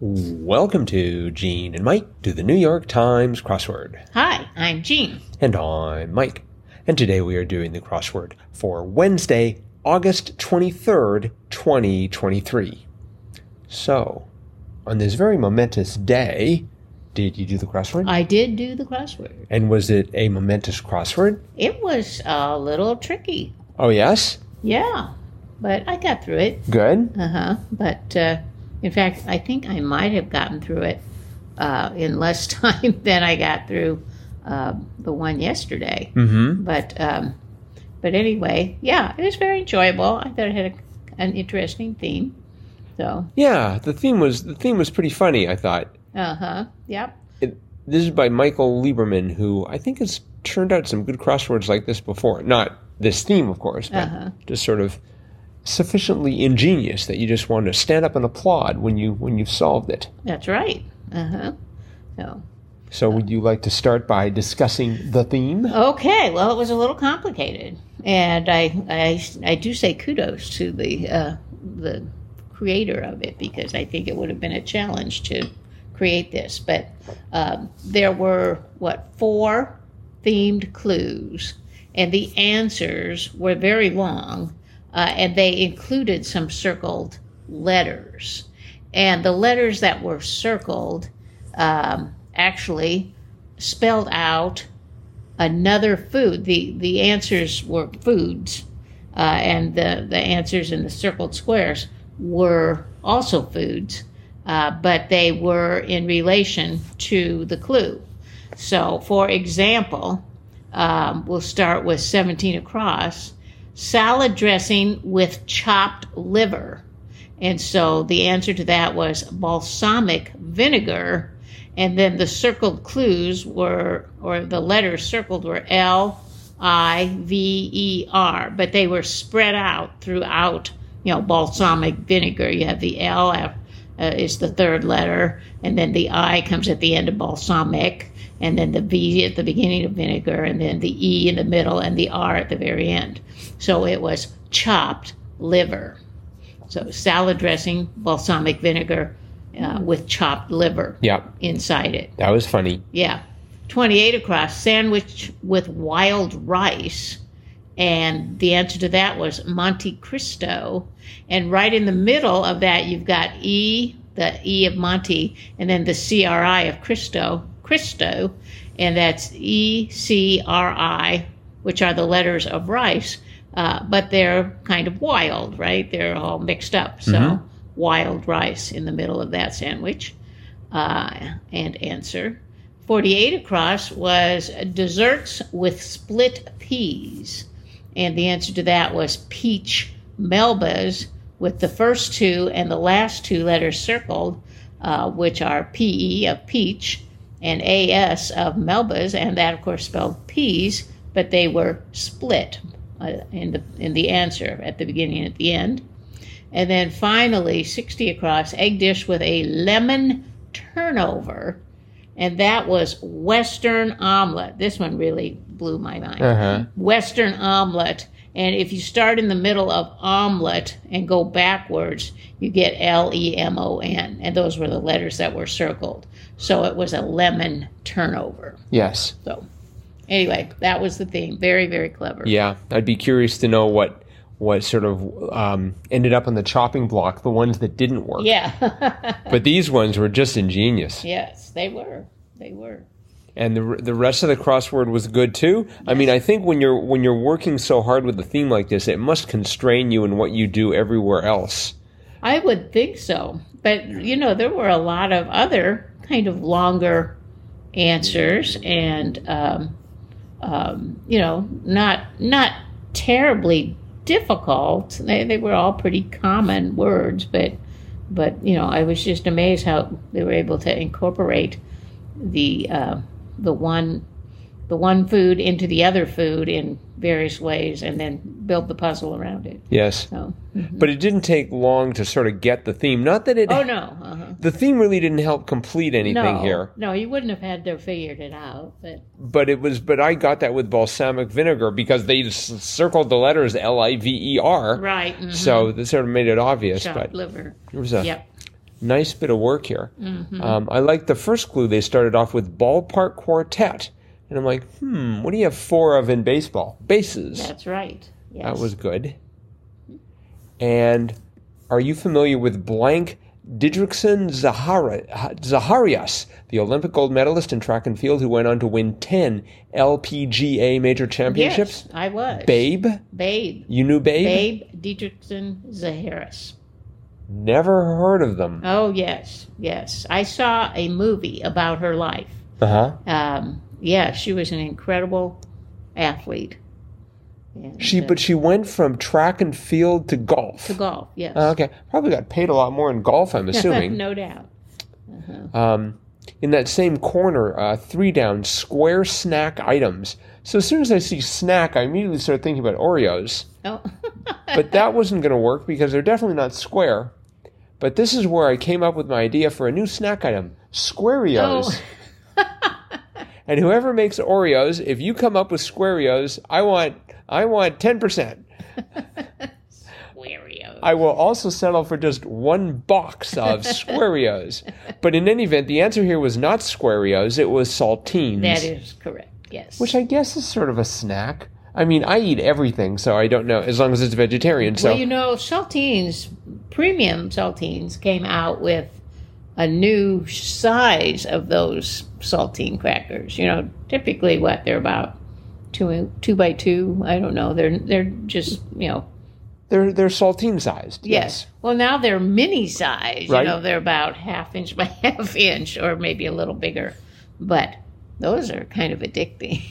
Welcome to Gene and Mike do the New York Times crossword. Hi, I'm Jean. And I'm Mike. And today we are doing the crossword for Wednesday, August 23rd, 2023. So, on this very momentous day, did you do the crossword? I did do the crossword. and was it a momentous crossword? It was a little tricky. Oh, yes. Yeah, but I got through it. Good. Uh huh. But uh, in fact, I think I might have gotten through it uh, in less time than I got through uh, the one yesterday. Mm But um, but anyway, yeah, it was very enjoyable. I thought it had a, an interesting theme. So Yeah, the theme was the theme was pretty funny, I thought. uh huh. Yep. It, this is by Michael Lieberman, who I think has turned out some good crosswords like this before. Not this theme, of course, but Uh-huh. just sort of sufficiently ingenious that you just want to stand up and applaud when you when you've solved it. That's right. Uh huh. So. So, would you like to start by discussing the theme? Okay, well, it was a little complicated, and I I, I do say kudos to the uh, the creator of it because I think it would have been a challenge to create this. But um, there were what four themed clues, and the answers were very long, uh, and they included some circled letters, and the letters that were circled um, actually spelled out another food. The the answers were foods, uh, and the the answers in the circled squares were also foods, uh, but they were in relation to the clue. So, for example, um, we'll start with seventeen across salad dressing with chopped liver. And so the answer to that was balsamic vinegar. And then the circled clues were, or the letters circled were L, I, V, E, R, but they were spread out throughout, you know, balsamic vinegar. You have the L af- uh, is the third letter, and then the I comes at the end of balsamic, and then the V at the beginning of vinegar, and then the E in the middle, and the R at the very end. So it was chopped liver. So salad dressing, balsamic vinegar uh, with chopped liver Yeah, inside it. that was funny. Yeah. 28 across, sandwich with wild rice. And the answer to that was Monte Cristo. And right in the middle of that, you've got E, the E of Monte, and then the CRI of Cristo, Cristo. And that's E, C, R, I, which are the letters of rice. Uh, but they're kind of wild, right? They're all mixed up. So wild rice in the middle of that sandwich uh, and answer. 48 across was desserts with split peas. And the answer to that was peach melbas, with the first two and the last two letters circled, uh, which are PE of peach and AS of melbas. And that, of course, spelled peas, but they were split uh, in, the, in the answer at the beginning and at the end. And then finally, 60 across, egg dish with a lemon turnover. And that was Western omelet. This one really blew my mind. Uh-huh. Western omelet. And if you start in the middle of omelet and go backwards, you get L E M O N. And those were the letters that were circled. So it was a lemon turnover. Yes. So, anyway, that was the theme. Very, very clever. Yeah, I'd be curious to know what what sort of um, ended up on the chopping block, the ones that didn't work. Yeah. But these ones were just ingenious. yes, they were. They were. and the the rest of the crossword was good too. I mean, I think when you're when you're working so hard with a theme like this, it must constrain you in what you do everywhere else. I would think so. But, you know, there were a lot of other kind of longer answers and, um, um, you know, not, not terribly difficult. They, they were all pretty common words, but, but, you know, I was just amazed how they were able to incorporate the, uh, the one, the one food into the other food in various ways and then build the puzzle around it. Yes, So, but it didn't take long to sort of get the theme. Not that it Mm-hmm. oh no. Uh-huh. the theme really didn't help complete anything no, here, No, you wouldn't have had to figured it out, but but it was. But I got that with balsamic vinegar because they s- circled the letters L I V E R, right. mhm, so that sort of made it obvious. Chopped But liver. it was a Yep. Nice bit of work here. Mm-hmm. Um, I like the first clue. They started off with ballpark quartet. And I'm like, hmm, what do you have four of in baseball? Bases. That's right. Yes. That was good. And are you familiar with blank Didrikson Zahara, Zaharias, the Olympic gold medalist in track and field who went on to win 10 LPGA major championships? Yes, I was. Babe? Babe. You knew Babe? Babe Dietrichson Zaharis. Never heard of them. Oh, yes, yes. I saw a movie about her life. Uh huh. Um, yeah, she was an incredible athlete. And, She, uh, but she went from track and field to golf. to golf, yes. Uh, okay. Probably got paid a lot more in golf, I'm assuming. no doubt. um, in that same corner, uh, three down, square snack items. So as soon as I see snack, I immediately start thinking about Oreos. Oh, But that wasn't going to work because they're definitely not square. But this is where I came up with my idea for a new snack item oh, Squareos. and whoever makes Oreos, if you come up with Squareos, I want, I want 10%. Wario. I will also settle for just one box of Squareos. But in any event, the answer here was not Squareos, it was saltines. That is correct, yes. Which I guess is sort of a snack. I mean, I eat everything, so I don't know, as long as it's vegetarian. So, Well, you know, saltines, premium saltines, came out with a new size of those saltine crackers. You know, typically what they're about two two by two. I don't know. They're they're just you know they're, they're saltine sized. yes. Well, now they're mini size. Right. You know, they're about half inch by half inch, or maybe a little bigger. But those are kind of addicting.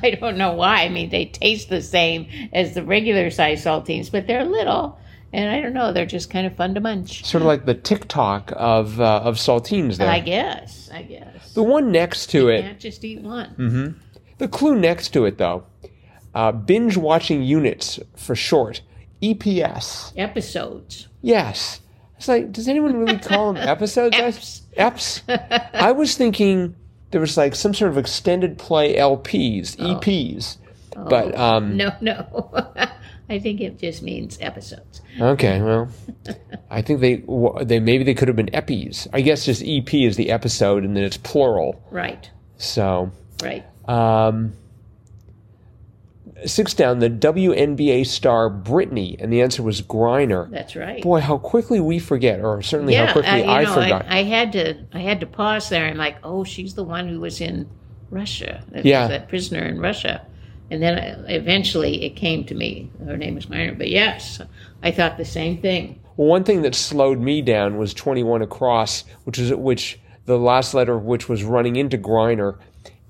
I don't know why. I mean, they taste the same as the regular size saltines, but they're little, and I don't know. They're just kind of fun to munch. Sort of like the TikTok of, uh, of saltines there. I guess. I guess. the one next to it, Can't just eat one. the clue next to it, though uh, binge watching units for short, E EPS. Episodes. Yes. It's like, does anyone really call them episodes? Eps. Eps. I was thinking there was like some sort of extended play LPs, Oh. EPs. But, um, No, no. I think it just means episodes. okay, well, I think they, wa- they, maybe they could have been EPs. I guess just EP is the episode and then it's plural. Right. So, Right. um, six down, the WNBA star Brittany, and the answer was Griner. That's right. Boy, how quickly we forget, or certainly how I- quickly uh, you I, know, forgot. I, had to I had to pause there. I'm like, oh, she's the one who was in Russia. That Yeah. that prisoner in Russia. And then I, eventually it came to me. Her name is Minor. But yes, I thought the same thing. Well, one thing that slowed me down was 21 across, which is which the last letter of which was running into Griner.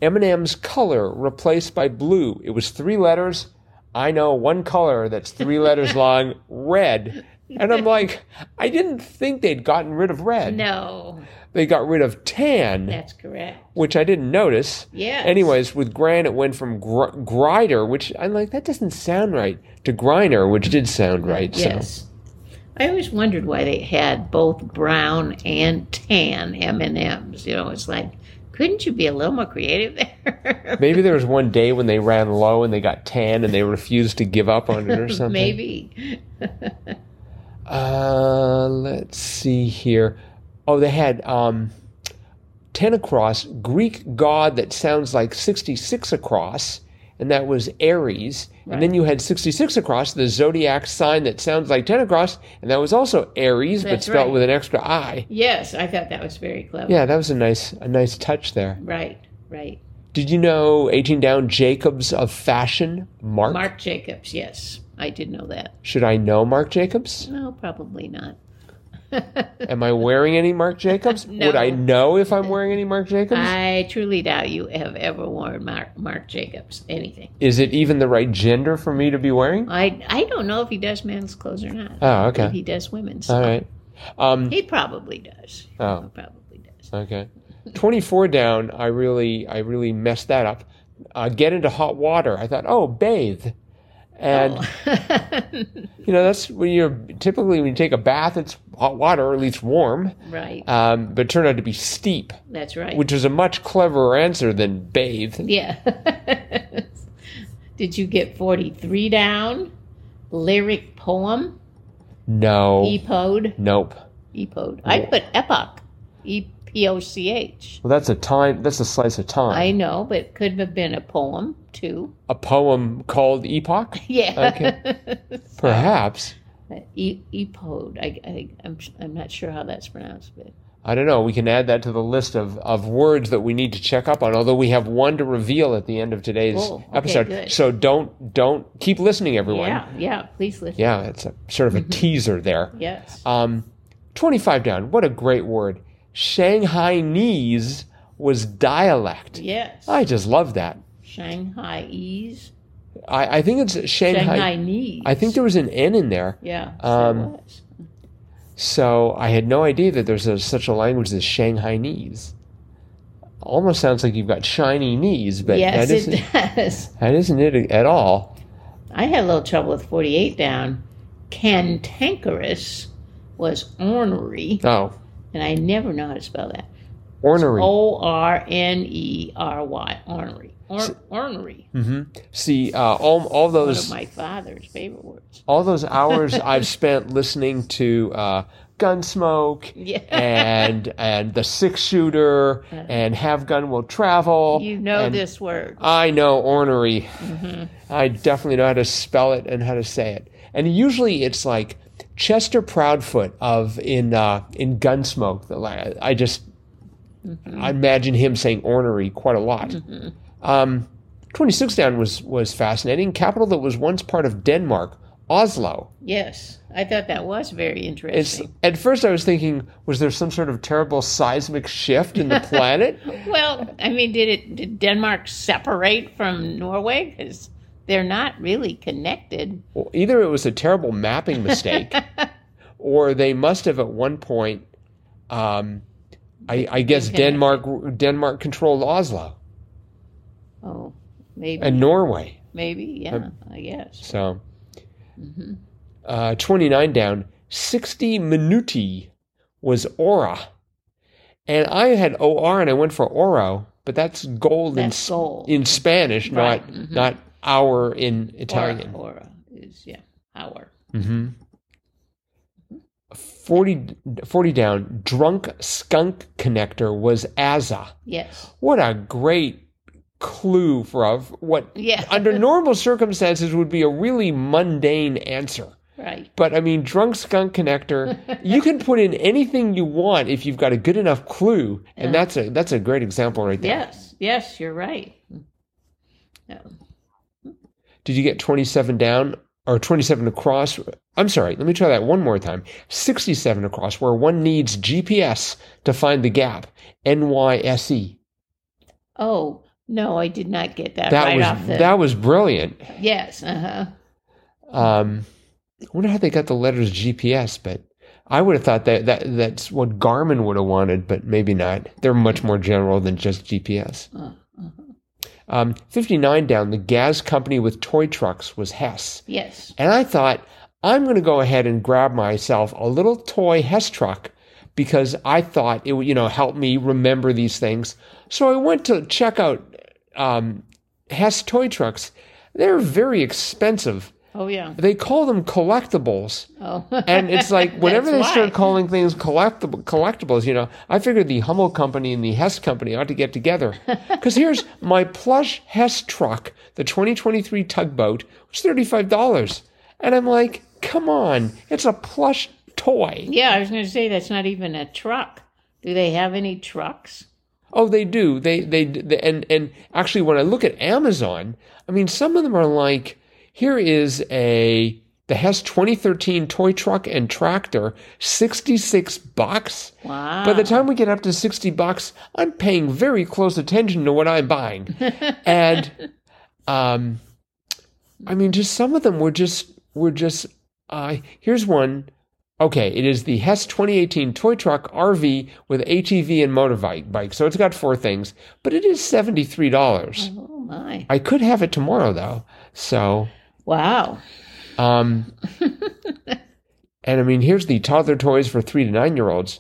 Eminem's color replaced by blue. It was three letters. I know one color that's three letters long, red. And I'm like, I didn't think they'd gotten rid of red. No, They got rid of tan, that's correct. which I didn't notice. Yes. Anyways, with Gran, it went from gr- Grider, which I'm like, that doesn't sound right, to Griner, which did sound right. So. Yes. I always wondered why they had both brown and tan M and M's. You know, it's like, couldn't you be a little more creative there? Maybe there was one day when they ran low and they got tan and they refused to give up on it or something. Maybe. Uh, let's see here. Oh, they had um, 10 across, Greek god that sounds like 66 across, and that was Aries. And then you had 66 across, the zodiac sign that sounds like 10 across, and that was also Aries, but That's spelled right. with an extra I. Yes, I thought that was very clever. Yeah, that was a nice, a nice touch there. Right, right. Did you know 18 down Jacobs of fashion, Mark? Mark Jacobs, yes. I did know that. Should I know Mark Jacobs? No, probably not. Am I wearing any Marc Jacobs? No. Would I know if I'm wearing any Marc Jacobs? I truly doubt you have ever worn Mark, Mark Jacobs anything. Is it even the right gender for me to be wearing? I I don't know if he does men's clothes or not. Oh, If okay. he does women's. All right. Um, He probably does. Oh. He probably does. okay. 24 down, I really I really messed that up. Uh, get into hot water. I thought, "Oh, bathe." Oh. And you know, that's when you're typically when you take a bath, it's hot water, or at least warm. right. Um, but it turned out to be steep, That's right. which is a much cleverer answer than bathe. yeah. did you get 43 down? Lyric poem? No. Oh. Epode? Nope. EPOD. I Oh. put epoch, E P O C H. Well, that's a time. That's a slice of time. I know, but it could have been a poem too. a poem called Epoch, Yeah. perhaps. E- EPOD. I, I, I'm, I'm not sure how that's pronounced, but I don't know. We can add that to the list of, of words that we need to check up on. Although we have one to reveal at the end of today's Oh, okay, episode, good. so don't don't keep listening, everyone. yeah, Mm-hmm. yeah. Please listen. Yeah, it's a sort of a teaser there. Yes. Um, 25 down. What a great word. Shanghainese was dialect. yes. I just love that. Shanghaiese. I, I think it's Shanghai. Shanghainese. I think there was an N in there. Yeah. So um, it was. So I had no idea that there's a, such a language as Shanghainese. Almost sounds like you've got shiny knees, but yes, that, isn't, it does. that isn't it at all. I had a little trouble with 48 down. Cantankerous was ornery, Oh, and I never know how to spell that. ornery. O R N E R Y, ornery. Or, ornery. hmm See, uh, all, all One those of Oh, my father's favorite words. all those hours I've spent listening to uh, Gunsmoke Yeah. and and the six shooter and have gun will travel. you know and this word. I know ornery. I definitely know how to spell it and how to say it. And usually it's like Chester Proudfoot of in uh, in Gunsmoke. The la- I just I imagine him saying ornery quite a lot. Um, Twenty six down was was fascinating. Capital that was once part of Denmark, Oslo. Yes. I thought that was very It's, interesting. at first, I was thinking, was there some sort of terrible seismic shift in the planet? well, I mean, did it did Denmark separate from Norway? Because they're not really connected. Well, either it was a terrible mapping mistake, or they must have at one point. Um, I, I guess Okay. Denmark Denmark controlled Oslo Oh, maybe, and Norway. maybe, yeah, I guess. So, Mm-hmm. uh, twenty nine down, sixty minuti was aura, and I had or and I went for oro, but that's gold in That's S- gold. in Spanish, Right, not mhm. not hour in Italian. Aura, aura is yeah, our. Mm-hmm. 40, 40 down, drunk skunk connector was Azza. Yes. What a great clue for a, what Yeah. under normal circumstances would be a really mundane answer. right. But I mean, drunk skunk connector, you can put in anything you want if you've got a good enough clue. And that's a that's a great example right there. Yes. Yes, you're right. No. Did you get 27 down or 27 across? I'm sorry, let me try that one more time. 67 across, where one needs GPS to find the gap. NYSE. Oh no, I did not get that, That right was off the. that was brilliant. yes. Uh huh. Um, I wonder how they got the letters GPS, but I would have thought that, that that's what Garmin would have wanted, but maybe not. They're much more general than just GPS. Uh, uh-huh. Um, 59 down, the gas company with toy trucks was Hess. Yes. And I thought, I'm going to go ahead and grab myself a little toy Hess truck because I thought it would, you know, help me remember these things. So I went to check out um, Hess toy trucks. They're very expensive. Oh yeah. They call them collectibles. Oh. And it's like whenever they That's start why. calling things collectible, collectibles, you know, I figured the Hummel company and the Hess company ought to get together. Because here's my plush Hess truck, the 2023 tugboat, was $35. And I'm like, come on, it's a plush toy. yeah, I was going to say that's not even a truck. Do they have any trucks? Oh, they do. They, they, they and, and actually, when I look at Amazon, I mean, some of them are like, here is a, the Hess 2013 toy truck and tractor, 66 bucks. Wow. By the time we get up to 60 bucks, I'm paying very close attention to what I'm buying. and um I mean just some of them were just were just uh here's one Okay, it is the Hess 2018 toy truck RV with ATV and motorbike bike. So it's got four things, but it is $73. oh my. I could have it tomorrow though. So, Wow. um and I mean, here's the toddler toys for three to nine year olds.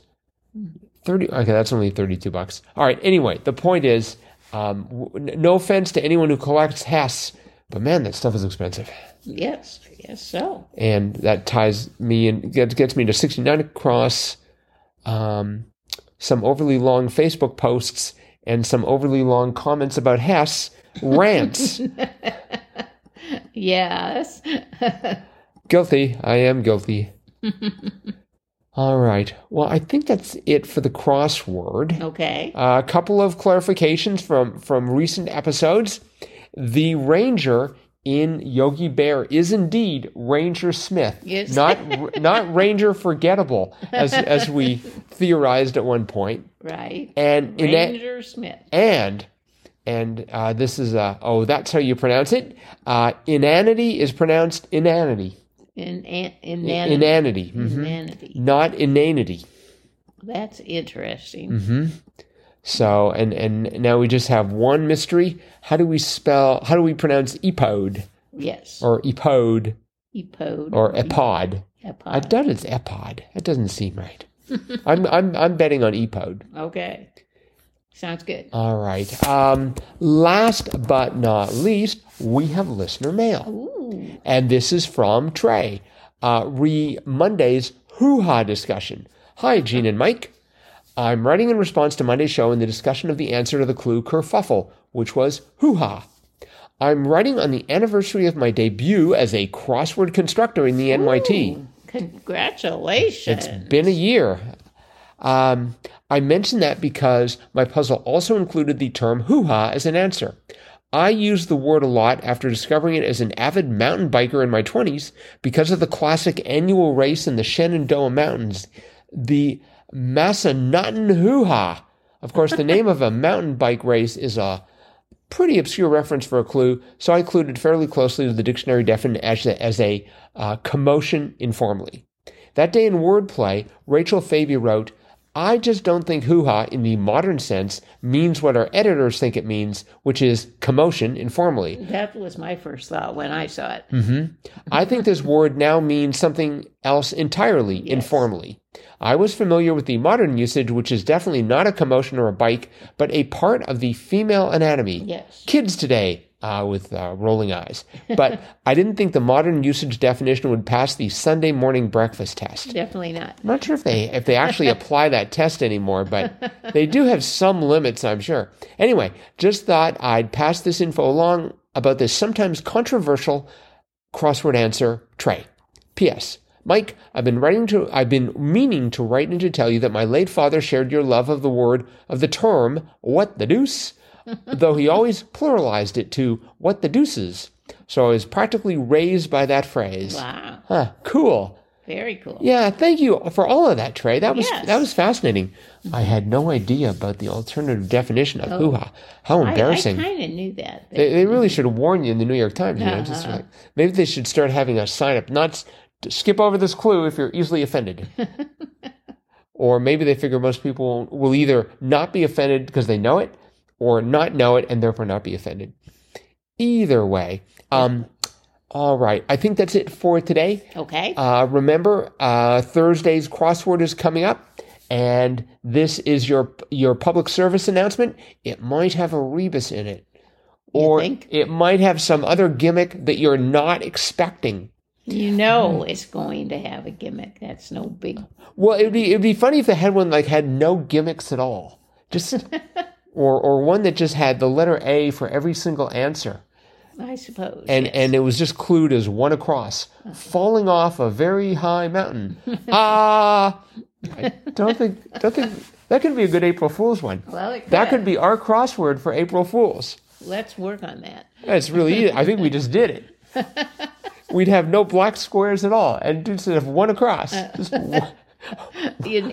Thirty. Okay, that's only thirty-two bucks. All right. Anyway, the point is, um, w- n- no offense to anyone who collects Hess, but man, that stuff is expensive, Yes. Yes. So. and that ties me and gets, gets me to sixty-nine across. um, some overly long Facebook posts and some overly long comments about Hess rants. Yes. guilty. I am guilty. All right. Well, I think that's it for the crossword. okay. A couple of clarifications from from recent episodes. The ranger in Yogi Bear is indeed Ranger Smith, Yes. not not Ranger Forgettable, as as we theorized at one point. Right. And in that, Ranger Smith. and and uh, this is uh, oh that's how you pronounce it. Uh, inanity is pronounced inanity. In, in, Inanity, mhm. Inanity. not inanity. That's interesting. So and and now we just have one mystery. How do we spell? How do we pronounce epode Yes. Mm-hmm. or epode Epode. or epod? I Epod. doubt it's epod. That doesn't seem right. I'm I'm I'm betting on epode. Okay. Sounds good. All right. Um, last but not least, we have listener mail, Ooh. and this is from Trey. Uh, re Monday's hoo ha discussion. Hi, Gene and Mike. I'm writing in response to Monday's show and the discussion of the answer to the clue kerfuffle, which was hoo ha. I'm writing on the anniversary of my debut as a crossword constructor in the NYT. Congratulations. It's been a year. Um, I mention that because my puzzle also included the term hoo ha as an answer. I used the word a lot after discovering it as an avid mountain biker in my 20s because of the classic annual race in the Shenandoah Mountains, the Massanutten Hoo Ha. Of course, the name of a mountain bike race is a pretty obscure reference for a clue, so I included fairly closely to the dictionary definition as a, as a uh, commotion informally. That day in Wordplay, Rachel Fabi wrote, I just don't think hoo ha in the modern sense means what our editors think it means, which is commotion informally. that was my first thought when I saw Hmm. it. I think this word now means something else entirely informally. I was familiar with the modern usage, which is definitely not a commotion or a bike, but a part of the female anatomy Yes. kids today uh, with uh, rolling eyes. But I didn't think the modern usage definition would pass the Sunday morning breakfast test. Definitely not. I'm not sure if they if they actually apply that test anymore, but they do have some limits, I'm sure. Anyway, just thought I'd pass this info along about this sometimes controversial crossword answer tray. P.S. Mike, I've been writing to I've been meaning to write and to tell you that my late father shared your love of the word of the term what the deuce, though he always pluralized it to what the deuces. So I was practically raised by that phrase. Wow. Huh, cool. Very cool. Yeah, thank you for all of that, Trey. That was Yes. Mm-hmm. that was fascinating. I had no idea about the alternative definition of hoo ha. How embarrassing! Oh. I, I kind Mm-hmm. of knew that. but- they, they really should warn you in the New York Times. You know, just Uh-huh. like, maybe they should start having a sign up. Not s- skip over this clue if you're easily offended. or maybe they figure most people will either not be offended because they know it, or not know it and therefore not be offended. Either way, um, all right. I think that's it for today. okay. Uh, remember, uh, Thursday's crossword is coming up, and this is your your public service announcement. It might have a rebus in it, or think? it might have some other gimmick that you're not expecting. you know it's going to have a gimmick. That's no big. Well, it'd be it'd be funny if they had one like had no gimmicks at all, just or or one that just had the letter A for every single answer. I suppose. and yes. and it was just clued as one across, falling off a very high mountain. Ah, I don't think don't think that could be a good April Fool's one. well, it could. That could be our crossword for April Fools. Let's work on that. That's really easy. I think we just did it. We'd have no black squares at all, and just have one across. Just one- An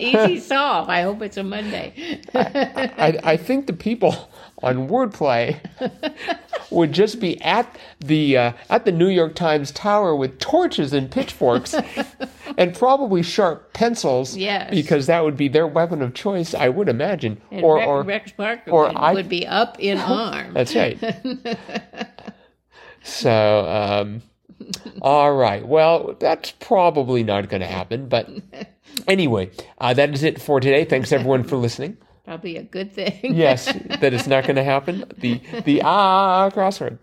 easy solve. I hope it's a Monday. I, I think the people on wordplay would just be at the uh, at the New York Times tower with torches and pitchforks and probably sharp pencils Yes. because that would be their weapon of choice I would imagine And or Rex, or Rex Parker or would, I- would be up in arms. that's right so um, all right well that's probably not going to happen but anyway uh, that is it for today thanks everyone for listening Probably a good thing. yes, that it's not going to happen. The the ah crossword.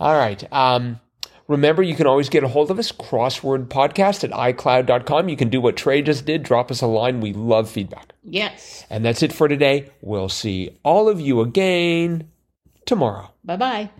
All right. Um, Remember, you can always get a hold of us, crosswordpodcast at iCloud.com. You can do what Trey just did, drop us a line. We love feedback. Yes. And that's it for today. We'll see all of you again tomorrow. Bye bye.